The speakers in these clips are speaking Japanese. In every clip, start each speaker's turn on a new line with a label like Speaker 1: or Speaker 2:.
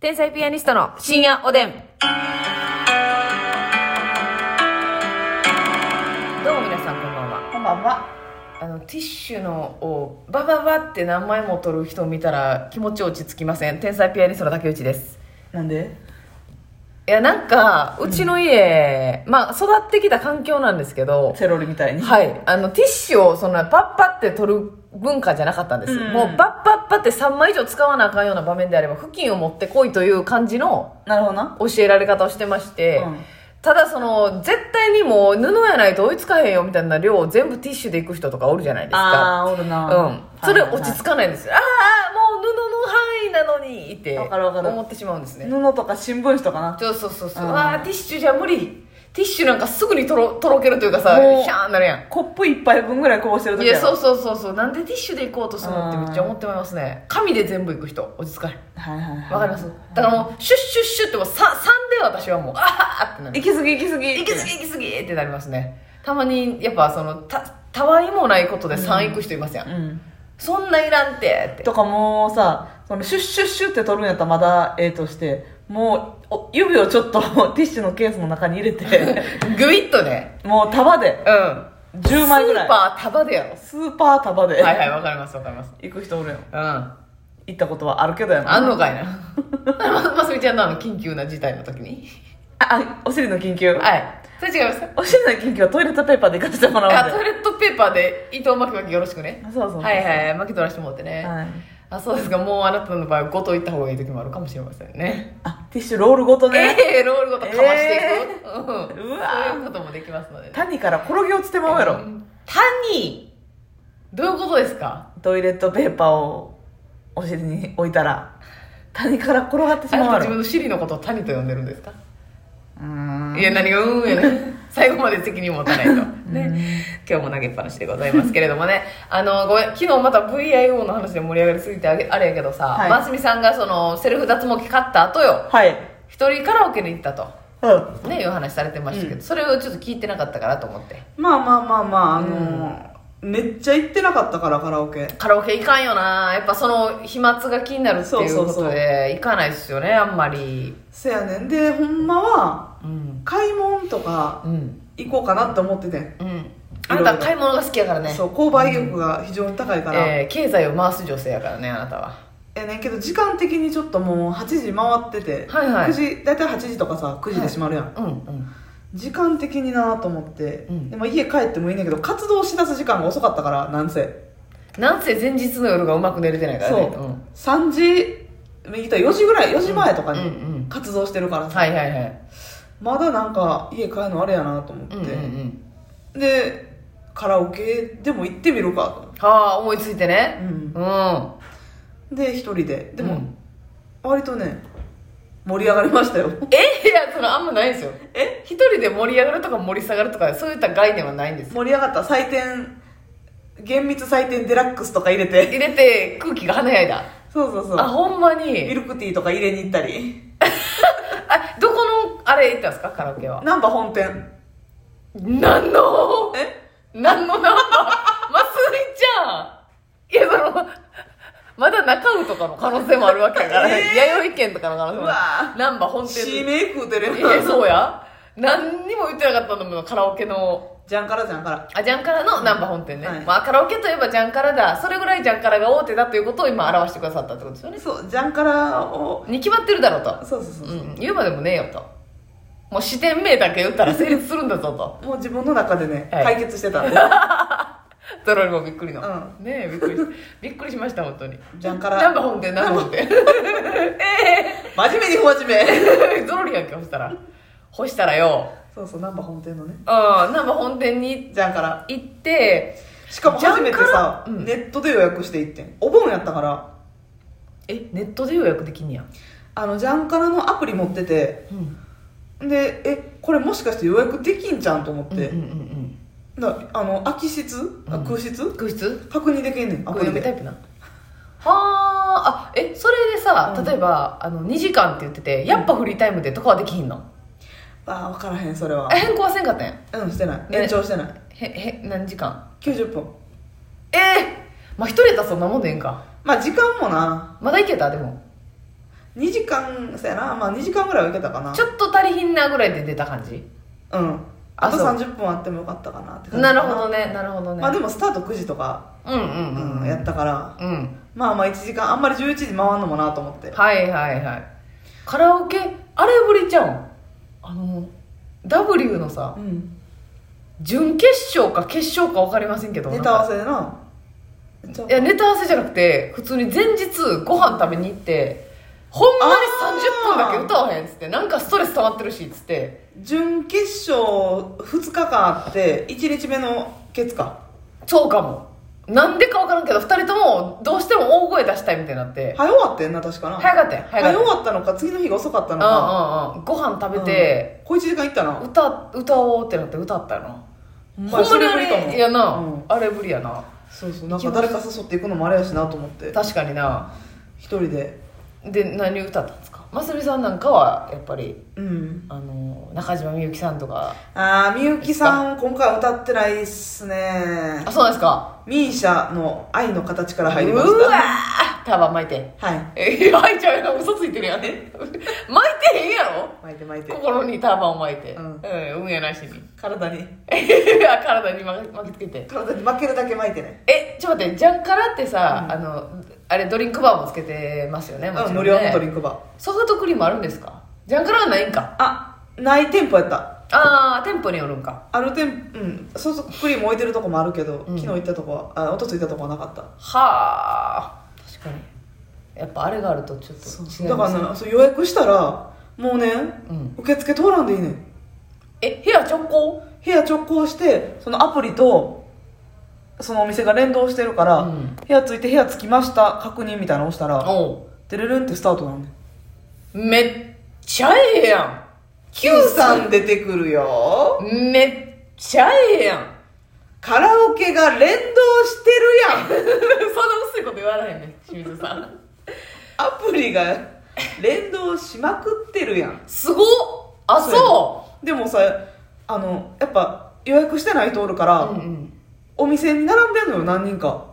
Speaker 1: 天才ピアニストの深夜おでん。どうも皆さんこんばんは。
Speaker 2: こんばんは。
Speaker 1: あのティッシュのをバババって何枚も取る人を見たら気持ち落ち着きません。天才ピアニストの竹内です。
Speaker 2: なんで
Speaker 1: いやなんかうちの家、まあ育ってきた環境なんですけど、
Speaker 2: セロリみたいに。
Speaker 1: はい、あのティッシュをそんなパッパって取る文化じゃなかったんです、
Speaker 2: うん
Speaker 1: もうパッパッパって3枚以上使わなあかんような場面であれば布巾を持ってこいという感じの
Speaker 2: なるほどな。
Speaker 1: 教えられ方をしてまして、
Speaker 2: うん
Speaker 1: ただその絶対にもう布やないと追いつかへんよみたいな量を全部ティッシュでいく人とかおるじゃないですか
Speaker 2: あー、おるな。
Speaker 1: うん、それ落ち着
Speaker 2: く。
Speaker 1: かないんですよ、ああもう布の範囲なのにって
Speaker 2: わかるわかる
Speaker 1: 思ってしまうんですね
Speaker 2: 布とか新聞紙とかな。
Speaker 1: そうそうそうそう
Speaker 2: うん
Speaker 1: ああティッシュじゃ無理ティッシュなんかすぐにとろとろけるというかさ
Speaker 2: もう
Speaker 1: シャーンなるやん
Speaker 2: コップ一杯分ぐらいこぼしてる
Speaker 1: い
Speaker 2: 時
Speaker 1: やそううそうそうそうなんでティッシュで行こうとするのってめっちゃ思ってまいますね紙で全部行く人落ち着かない
Speaker 2: はいはいはい。
Speaker 1: わかりますだからもうシュッシュッシュッってもう 3, で私はもうあはーってなる
Speaker 2: 行き過ぎ行き過ぎ。
Speaker 1: 行き過ぎ行き過ぎってなりますねたまにやっぱそのたたわいもないことで3行く人いますやん、
Speaker 2: うん。
Speaker 1: そんないらんてって
Speaker 2: とかもうさ、そのシュッシュッシュって取るんやったらまだええとして、もうお指をちょっと ティッシュのケースの中に入れて、
Speaker 1: グイッとね
Speaker 2: もう束で、
Speaker 1: うん
Speaker 2: 10枚ぐらい
Speaker 1: スーパー束でやろ
Speaker 2: スーパー束で、
Speaker 1: はいはいわかりますわかります
Speaker 2: 行く人おるやん。
Speaker 1: うん
Speaker 2: 行ったことはあるけどやな。
Speaker 1: あんのかい なますみちゃんのあの緊急な事態の時に
Speaker 2: あ、あお尻の緊急。
Speaker 1: はいそれ違います
Speaker 2: お尻の緊急はトイレットペーパーで行かせてもらうん
Speaker 1: あ
Speaker 2: で
Speaker 1: トイレットペーパーで糸巻き巻きよろしくね
Speaker 2: そうそうそう
Speaker 1: はいはい巻き取らせてもらってね、
Speaker 2: はい
Speaker 1: あそうですかもうあなたの場合はごと行った方がいい時もあるかもしれませんね
Speaker 2: あティッシュロールごとね、
Speaker 1: ええロールごとかましていく、
Speaker 2: え
Speaker 1: うん、
Speaker 2: うわー
Speaker 1: そういうこともできますのでね
Speaker 2: 谷から転げ落ちてまうやろ、
Speaker 1: タニーどういうことですか
Speaker 2: トイレットペーパーをお尻に置いたら谷から転がってし
Speaker 1: あな
Speaker 2: ま
Speaker 1: た自
Speaker 2: うやろ
Speaker 1: 分の尻のことをタニと呼んでるんですか
Speaker 2: うーん
Speaker 1: いや何がうんや ね最後まで責任持たないとね今日も投げっぱなしでございますけれどもねあのごめん昨日また VIO の話で盛り上がりすぎてあげあれやけどさ
Speaker 2: はい
Speaker 1: 真澄、さんがそのセルフ脱毛器買った後よ
Speaker 2: はい
Speaker 1: 一人カラオケに行ったと
Speaker 2: うん
Speaker 1: ねいう話されてましたけど、それをちょっと聞いてなかったからと思って
Speaker 2: まあまあまあまああのーめっちゃ行ってなかったからカラオケ
Speaker 1: カラオケ行かんよなやっぱその飛沫が気になるって
Speaker 2: そう
Speaker 1: いう
Speaker 2: そ
Speaker 1: こ
Speaker 2: うそう
Speaker 1: とで行かないですよねあんまり
Speaker 2: せやねんでほんまは
Speaker 1: うん
Speaker 2: 買い物とか
Speaker 1: うん
Speaker 2: 行こうかなって思っててん
Speaker 1: うんあなた買い物が好きやからね
Speaker 2: そう購買意欲が非常に高いから、
Speaker 1: えー経済を回す女性やからねあなたは
Speaker 2: ええねんけど時間的にちょっともう8時回ってて、
Speaker 1: はいはい
Speaker 2: 9時大体8時とかさ9時で閉まるやん、
Speaker 1: うんうん
Speaker 2: 時間的になと思って、
Speaker 1: うん
Speaker 2: でも家帰ってもいいねんだけど活動しだす時間が遅かったからなんせ
Speaker 1: なんせ前日の夜がうまく寝れてないから
Speaker 2: そう、
Speaker 1: ねん
Speaker 2: 3時右と4時ぐらい4時前とか
Speaker 1: うんうんうん
Speaker 2: に活動してるからさ、
Speaker 1: はいはいはい
Speaker 2: まだなんか家帰るのあれやなと思って、
Speaker 1: うんうんうん
Speaker 2: でカラオケでも行ってみるかと思って
Speaker 1: はあ思いついてね
Speaker 2: うん
Speaker 1: うん、
Speaker 2: で一人でで
Speaker 1: う
Speaker 2: も
Speaker 1: ん
Speaker 2: 割とね盛り上がりましたよ
Speaker 1: え いやそのあんまないんですよ
Speaker 2: え
Speaker 1: 一人で盛り上がるとか盛り下がるとかそういった概念はないんですよ
Speaker 2: 盛り上がった採点厳密採点デラックスとか入れて
Speaker 1: 入れて空気が華やいだ
Speaker 2: そうそうそ
Speaker 1: あ
Speaker 2: う
Speaker 1: ほんま
Speaker 2: ミ
Speaker 1: に
Speaker 2: ルクティーとか入れに行ったり
Speaker 1: あどこのあれ行ったんですかカラオケは
Speaker 2: ナンバ本店
Speaker 1: 何の
Speaker 2: え
Speaker 1: 何のなんだまつりちゃんいやそのまだ中尾とかの可能性もあるわけやから、
Speaker 2: えー
Speaker 1: 弥生県とかの可能性も
Speaker 2: うわ
Speaker 1: ある難波本店
Speaker 2: 指名食うてる
Speaker 1: い
Speaker 2: や
Speaker 1: や
Speaker 2: ん
Speaker 1: そうや何にも言ってなかったんだもんカラオケの
Speaker 2: ジャンカラジャンカラ
Speaker 1: あジャンカラの難波本店ね、
Speaker 2: はい
Speaker 1: まあ、カラオケといえばジャンカラだそれぐらいジャンカラが大手だということを今表してくださったってことですよね
Speaker 2: そうジャンカラを
Speaker 1: に決まってるだろう
Speaker 2: そうそうそ
Speaker 1: と、、
Speaker 2: うそううん
Speaker 1: 言うまでもねえよともう視点名だけ打ったら成立するんだぞと
Speaker 2: もう自分の中でね、
Speaker 1: はい
Speaker 2: 解決して たんで
Speaker 1: ドロリもびっくりの、
Speaker 2: う
Speaker 1: ねえびっくりしびっくりしました本当に
Speaker 2: ジャンカ
Speaker 1: 難
Speaker 2: ラ
Speaker 1: 波本店難波本店
Speaker 2: 真面目に不真面目
Speaker 1: ドロリやんけ干したら干したらよ
Speaker 2: そうそう難波本店のね
Speaker 1: うん難波本店に
Speaker 2: ジャンカラ
Speaker 1: 行って
Speaker 2: しかも初めて
Speaker 1: ジャンカラ
Speaker 2: さ、
Speaker 1: うん
Speaker 2: ネットで予約して行ってんお盆やったから
Speaker 1: えネットで予約できんねや、
Speaker 2: あのジャンカラのアプリ持ってて
Speaker 1: うん、
Speaker 2: でえこれもしかして予約できんじゃんと思って、
Speaker 1: うんうんうんうん
Speaker 2: だあの空き室あ
Speaker 1: うん
Speaker 2: 空室、
Speaker 1: 空室
Speaker 2: 確認できんねんア
Speaker 1: 空
Speaker 2: プリ
Speaker 1: 読みタ
Speaker 2: で
Speaker 1: イプなはーあえそれでさ、
Speaker 2: うん
Speaker 1: 例えばあの2時間って言っててやっぱフリータイムでとかはできひんの、
Speaker 2: あ分からへんそれは
Speaker 1: え変更はせんかったんや
Speaker 2: うんしてない
Speaker 1: ね
Speaker 2: 延長してない、
Speaker 1: へへ何時間
Speaker 2: 90分
Speaker 1: ええまあ一人やったらそんなもんでええんか
Speaker 2: まあ時間もな
Speaker 1: まだいけたでも
Speaker 2: 2時間そうやなまあ2時間ぐらいはいけたかな
Speaker 1: ちょっと足りひんなぐらいで出た感じ
Speaker 2: うんあと
Speaker 1: あそう
Speaker 2: 30分あってもよかったかなって感じ
Speaker 1: なるほどねなるほどね、
Speaker 2: まあでもスタート9時とか、
Speaker 1: うんうんうん、
Speaker 2: うん、やったから
Speaker 1: うん
Speaker 2: まあまあ1時間あんまり11時回んのもなと思って
Speaker 1: はいはいはいカラオケあれぶりちゃうんあの W のさ
Speaker 2: うん
Speaker 1: 準決勝か決勝か分かりませんけど
Speaker 2: ネタ合
Speaker 1: なん
Speaker 2: わ
Speaker 1: か
Speaker 2: せでなちょ
Speaker 1: いやネタ合わせじゃなくて普通に前日ご飯食べに行ってほんまに30分だけ歌わへんっつってなんかストレス溜まってるしっつって
Speaker 2: 準決勝2日間あって1日目のケツか
Speaker 1: そうかもなんでか分からんけど2人ともどうしても大声出したいみたいになって
Speaker 2: 早終わってんな確かな
Speaker 1: 早かったよ早
Speaker 2: 早
Speaker 1: かっ
Speaker 2: 終わったのか次の日が遅かったの
Speaker 1: た
Speaker 2: か
Speaker 1: ようんうんうんご飯食べて、
Speaker 2: うん小1時間いったな
Speaker 1: 歌歌おうってなって歌ったよな
Speaker 2: ほ
Speaker 1: ほ
Speaker 2: ん
Speaker 1: んまにあ
Speaker 2: それぶりかも
Speaker 1: れやな、
Speaker 2: うん
Speaker 1: あれぶりやな
Speaker 2: そうそうなんか誰か誘っていくのもあれやしなと思って
Speaker 1: 確かにな
Speaker 2: 一人で
Speaker 1: で何歌ったんですかますみさんなんかはやっぱり
Speaker 2: うん
Speaker 1: あの中島みゆきさんとか
Speaker 2: ああみゆきさん今回歌ってないっすね
Speaker 1: あそうなんですか
Speaker 2: ミーシャの「愛の形」から入り
Speaker 1: う
Speaker 2: ま
Speaker 1: わ
Speaker 2: した
Speaker 1: ーターバン巻いて
Speaker 2: はい
Speaker 1: え巻いちゃうやん嘘ついてるやん 巻いてへんやろ
Speaker 2: 巻いて巻いて
Speaker 1: 心にターバンを巻いて
Speaker 2: う
Speaker 1: うんん、運やなしに
Speaker 2: 体に
Speaker 1: 体に巻き巻きつけて
Speaker 2: 体に負けるだけ巻いてね
Speaker 1: えちょっと待ってジャンカラってさ、
Speaker 2: うん
Speaker 1: あのあれドリンクバーもつけてますよねもちろ
Speaker 2: うんん
Speaker 1: ね
Speaker 2: 無料のドリンクバー
Speaker 1: ソフトクリームあるんですかジャンカラはないんか
Speaker 2: あない店舗やった
Speaker 1: ああ店舗によるんか
Speaker 2: ある店うんソフトクリーム置いてるとこもあるけど、
Speaker 1: うん
Speaker 2: 昨日行ったとこはあ一昨日行ったとこはなかった
Speaker 1: はあ確かにやっぱあれがあるとちょっと違いますね
Speaker 2: だからねそう予約したらもうね、
Speaker 1: うん
Speaker 2: 受付通らんでいいねん
Speaker 1: え部屋直行
Speaker 2: 部屋直行してそのアプリとそのお店が連動してるから、
Speaker 1: うん
Speaker 2: 部屋着いて部屋着きました確認みたいなの押したら
Speaker 1: お
Speaker 2: てるるんってスタートなんねん
Speaker 1: うめっちゃええやん
Speaker 2: Q さん出てくるよ
Speaker 1: めっちゃええや ん
Speaker 2: カラオケが連動してるやん
Speaker 1: そんな薄いこと言わないね清水さん
Speaker 2: アプリが連動しまくってるやん
Speaker 1: すごっあそう
Speaker 2: でもさあのやっぱ予約してない人おるから、
Speaker 1: ううんうん
Speaker 2: お店に並んでんのよ何人か、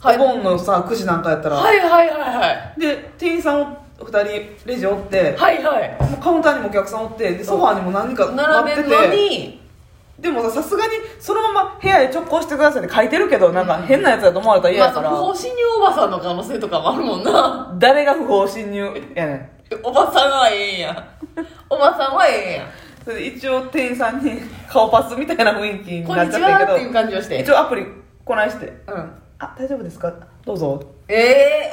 Speaker 1: はい
Speaker 2: お盆のさ9時なんかやったら、
Speaker 1: はいはいはいはい
Speaker 2: で店員さんお2人レジおって、
Speaker 1: はいはい
Speaker 2: もうカウンターにもお客さんおってでソファーにも何人か
Speaker 1: 並
Speaker 2: 待
Speaker 1: べ
Speaker 2: って
Speaker 1: るの
Speaker 2: て
Speaker 1: に
Speaker 2: でもささすがにそのまま部屋へ直行してくださいって書いてるけどなんか変なやつだと思われたら嫌
Speaker 1: まあ
Speaker 2: や
Speaker 1: そ
Speaker 2: から、
Speaker 1: こ不法侵入おばさんの可能性とかもあるもんな
Speaker 2: 誰が不法侵入やねん
Speaker 1: おばさんはええんやおばさんはええんや
Speaker 2: それで一応店員さんに顔パスみたいな雰囲気に
Speaker 1: こん
Speaker 2: なっ
Speaker 1: に
Speaker 2: ち
Speaker 1: ち
Speaker 2: ゃ
Speaker 1: は
Speaker 2: って
Speaker 1: ってい
Speaker 2: る
Speaker 1: う
Speaker 2: け
Speaker 1: 感じをし
Speaker 2: ど
Speaker 1: て
Speaker 2: 一応アプリこないして
Speaker 1: うん
Speaker 2: 「あ大丈夫ですかどうぞ」
Speaker 1: え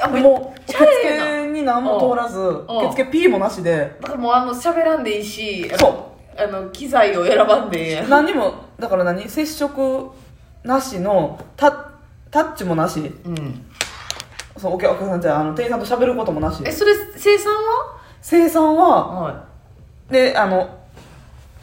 Speaker 1: えー、もう
Speaker 2: もう受
Speaker 1: ちゃええな
Speaker 2: 付に何も通らず
Speaker 1: ん
Speaker 2: 受付 P もなしで
Speaker 1: だからもうあの喋らんでいいし
Speaker 2: そう
Speaker 1: あの機材を選ばんでええやん
Speaker 2: 何にもだから何接触なしのタタッチもなし
Speaker 1: うん
Speaker 2: そうお客さんじゃああの店員さんと喋ることもなし
Speaker 1: えそれ生産
Speaker 2: 生産は
Speaker 1: ははい
Speaker 2: であの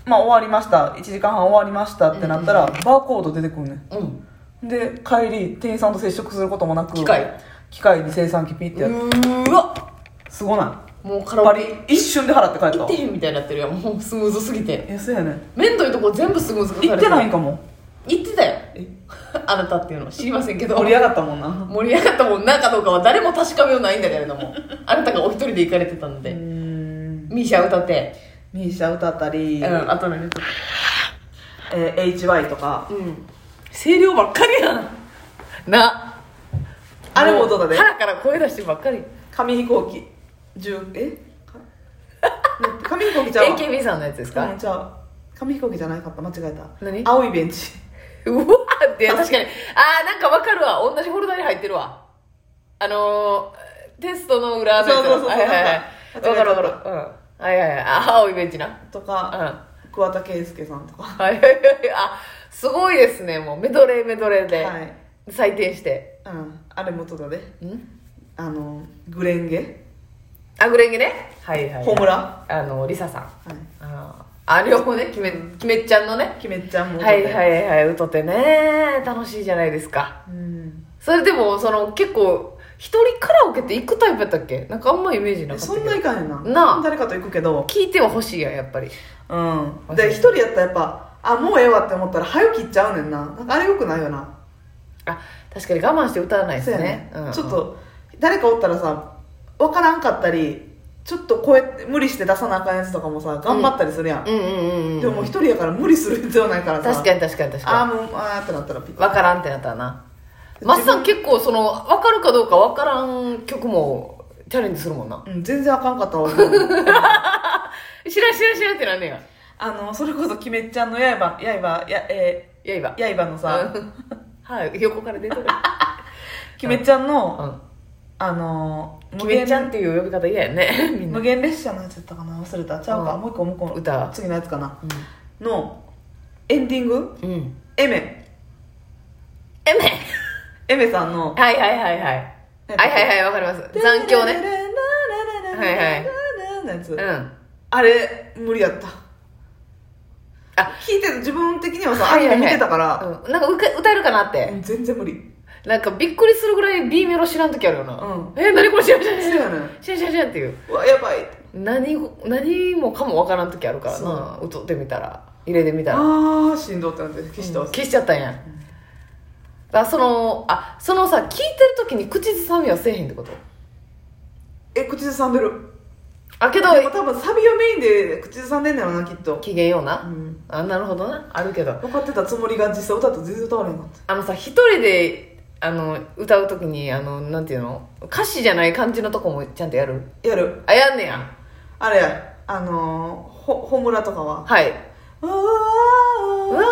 Speaker 2: まあ終わりました1時間半終わりましたってなったら、
Speaker 1: うん
Speaker 2: バーコード出てくるね
Speaker 1: うん
Speaker 2: んで帰り店員さんと接触することもなく
Speaker 1: 機械
Speaker 2: 機械に生産機ピッてやって、
Speaker 1: うーわ
Speaker 2: すごない
Speaker 1: もうカ
Speaker 2: や
Speaker 1: ラ
Speaker 2: っぱ
Speaker 1: オ
Speaker 2: り
Speaker 1: ケ
Speaker 2: 一瞬で払って帰っ
Speaker 1: 行
Speaker 2: た
Speaker 1: っ
Speaker 2: わ
Speaker 1: てへんみたいになってるやんもうスムーズすぎて
Speaker 2: えそうやね
Speaker 1: 面倒いとこ全部スムーズ化され
Speaker 2: 行ってないん
Speaker 1: い
Speaker 2: かも
Speaker 1: 行ってたよ
Speaker 2: え
Speaker 1: あなたっていうの知りませんけど
Speaker 2: 盛り上がったもんな
Speaker 1: 盛り上がったもんなんかどうかは誰も確かめようないんだけれどもあなたがお一人で行かれてたの
Speaker 2: うー
Speaker 1: で
Speaker 2: ん
Speaker 1: ミーシャ歌って
Speaker 2: ミーシャ歌ったり、
Speaker 1: うんあと何歌っ
Speaker 2: えー HY とか
Speaker 1: たうん
Speaker 2: 声量ばっかりやん
Speaker 1: な
Speaker 2: あれも音だね
Speaker 1: 腹から声出してばっかり
Speaker 2: 紙飛行機10え か紙飛行機ちゃうわ
Speaker 1: AKB さんのやつです
Speaker 2: うん
Speaker 1: か、
Speaker 2: じゃあ紙飛行機じゃなかった間違えた
Speaker 1: 何
Speaker 2: 青いベンチ
Speaker 1: うわって確かにあーなんかわかるわ同じフォルダに入ってるわあのー、テストの裏のやつ
Speaker 2: そうそうそう
Speaker 1: はいはいはい
Speaker 2: なんか
Speaker 1: わかるわかるうんはいはいはいあ青いベンチな
Speaker 2: と
Speaker 1: うん
Speaker 2: か
Speaker 1: は
Speaker 2: 桑田佳祐さんとか
Speaker 1: いはいはいあすごいですねもうメドレーメドレーで
Speaker 2: はい
Speaker 1: 採点して、
Speaker 2: うんあれもそうだね
Speaker 1: ん
Speaker 2: あのグレンゲ
Speaker 1: あグレンゲねはいはい、
Speaker 2: ホム
Speaker 1: はい、
Speaker 2: ラ
Speaker 1: あのリサさん
Speaker 2: はい
Speaker 1: あーあ両方ねキメキメっちゃんのね
Speaker 2: キメちゃんも
Speaker 1: はいはいいはい歌ってね楽しいじゃないですか
Speaker 2: うん
Speaker 1: それでもその結構一人カラオケって行くタイプやったっけなんかあんまイメージなかった
Speaker 2: そ
Speaker 1: け
Speaker 2: ん
Speaker 1: ど
Speaker 2: ないかへんな
Speaker 1: なあ
Speaker 2: 誰かと行くけど
Speaker 1: 聞いては欲しいやんやっぱり
Speaker 2: うんで一人やったらやっぱあもうええわって思ったら早起きっちゃうねんななんかあれよくないよな
Speaker 1: あ確かに我慢して歌わないで
Speaker 2: そう
Speaker 1: すね
Speaker 2: やね
Speaker 1: うんうん
Speaker 2: ちょっと誰かおったらさわからんかったりちょっとこうやって無理して出さなあかんやつとかもさ頑張ったりするやん、
Speaker 1: うんうんうんうん
Speaker 2: でももう一人やから無理する必要ないからさ
Speaker 1: 確かに確かに確
Speaker 2: ああ
Speaker 1: か
Speaker 2: もうああってなったらピッ
Speaker 1: に分からんってなったらなマスさん結構その分かるかどうか分からん曲もチャレンジするもんな
Speaker 2: うん、全然あかんかったわもう
Speaker 1: 知らん知らん知らんってなんね
Speaker 2: あのそれこそ「キメちゃんの刃」刃や、え
Speaker 1: や刃
Speaker 2: ー、刃のさ
Speaker 1: うんはい横から出てる
Speaker 2: キメちゃんの、
Speaker 1: うん
Speaker 2: あのー
Speaker 1: キメちゃんっていう呼び方嫌やねみんな
Speaker 2: 無限列車のやつだったかな忘れたちゃうか、
Speaker 1: うん
Speaker 2: もう一個もう一個
Speaker 1: 歌
Speaker 2: 次のやつかなのエンディング
Speaker 1: うん、うん、
Speaker 2: エメ
Speaker 1: えめ
Speaker 2: エメさんの
Speaker 1: はいはいはいはいはいはいはいわかります残響ねはいはい
Speaker 2: のやつ、
Speaker 1: うん
Speaker 2: あれ無理やった
Speaker 1: あ
Speaker 2: 聞いてる自分的にはさア
Speaker 1: は
Speaker 2: ニ
Speaker 1: いはいはい
Speaker 2: メ見てたから、
Speaker 1: うんなんかうか歌えるかなって、
Speaker 2: うん全然無理うん
Speaker 1: なんかびっくりするぐらい B メロ知らん時あるよな、
Speaker 2: うん
Speaker 1: え何これ知らん知らん
Speaker 2: そ
Speaker 1: 知
Speaker 2: う
Speaker 1: らん
Speaker 2: やねん
Speaker 1: 知らん知らん知らんっていう
Speaker 2: うわやばい
Speaker 1: 何ご何もかもわからん時あるからな歌ってみたら入れてみたら
Speaker 2: ああしんどってなって消したわ、
Speaker 1: 消しちゃったんや、だからそのあそのさ聞いてる時に口ずさみはせえへんってこと
Speaker 2: え口ずさんでる
Speaker 1: あけど
Speaker 2: でも多分サビをメインで口ずさんでんだよなきっと、
Speaker 1: 機嫌よう
Speaker 2: う
Speaker 1: な、
Speaker 2: ん、
Speaker 1: あなるほどなあるけど
Speaker 2: 分かってたつもりが実際歌ったら全然歌われへんかった
Speaker 1: あのさ一人であの歌う時にあのなんていうの歌詞じゃない感じのとこもちゃんとやる
Speaker 2: やる
Speaker 1: あやんねや
Speaker 2: あれやあのー、ほホムラとかは
Speaker 1: はいう
Speaker 2: わ
Speaker 1: う
Speaker 2: ー
Speaker 1: わ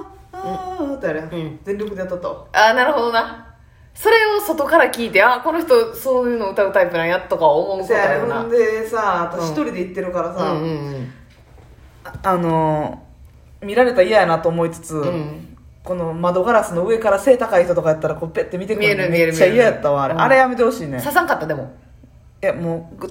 Speaker 1: ー
Speaker 2: あーってやるやん
Speaker 1: うん
Speaker 2: 全力でやったったわ
Speaker 1: あなるほどなそれを外から聞いてあこの人そういうの歌うタイプなんやとか思うこと
Speaker 2: せ
Speaker 1: だ
Speaker 2: や
Speaker 1: よ
Speaker 2: ね
Speaker 1: な
Speaker 2: ほんでさ私
Speaker 1: うん
Speaker 2: 一人で行ってるからさ、
Speaker 1: うんうん
Speaker 2: ああのー、見られたら嫌やなと思いつつ、
Speaker 1: うんうん
Speaker 2: この窓ガラスの上から背高い人とかやったらこうペッて見てくるの
Speaker 1: 見える見え
Speaker 2: め
Speaker 1: る
Speaker 2: っちゃ
Speaker 1: 見える
Speaker 2: 嫌やったわあれ,、
Speaker 1: うん
Speaker 2: あれやめてほしいね
Speaker 1: 刺さんかったでも
Speaker 2: いやもうぐ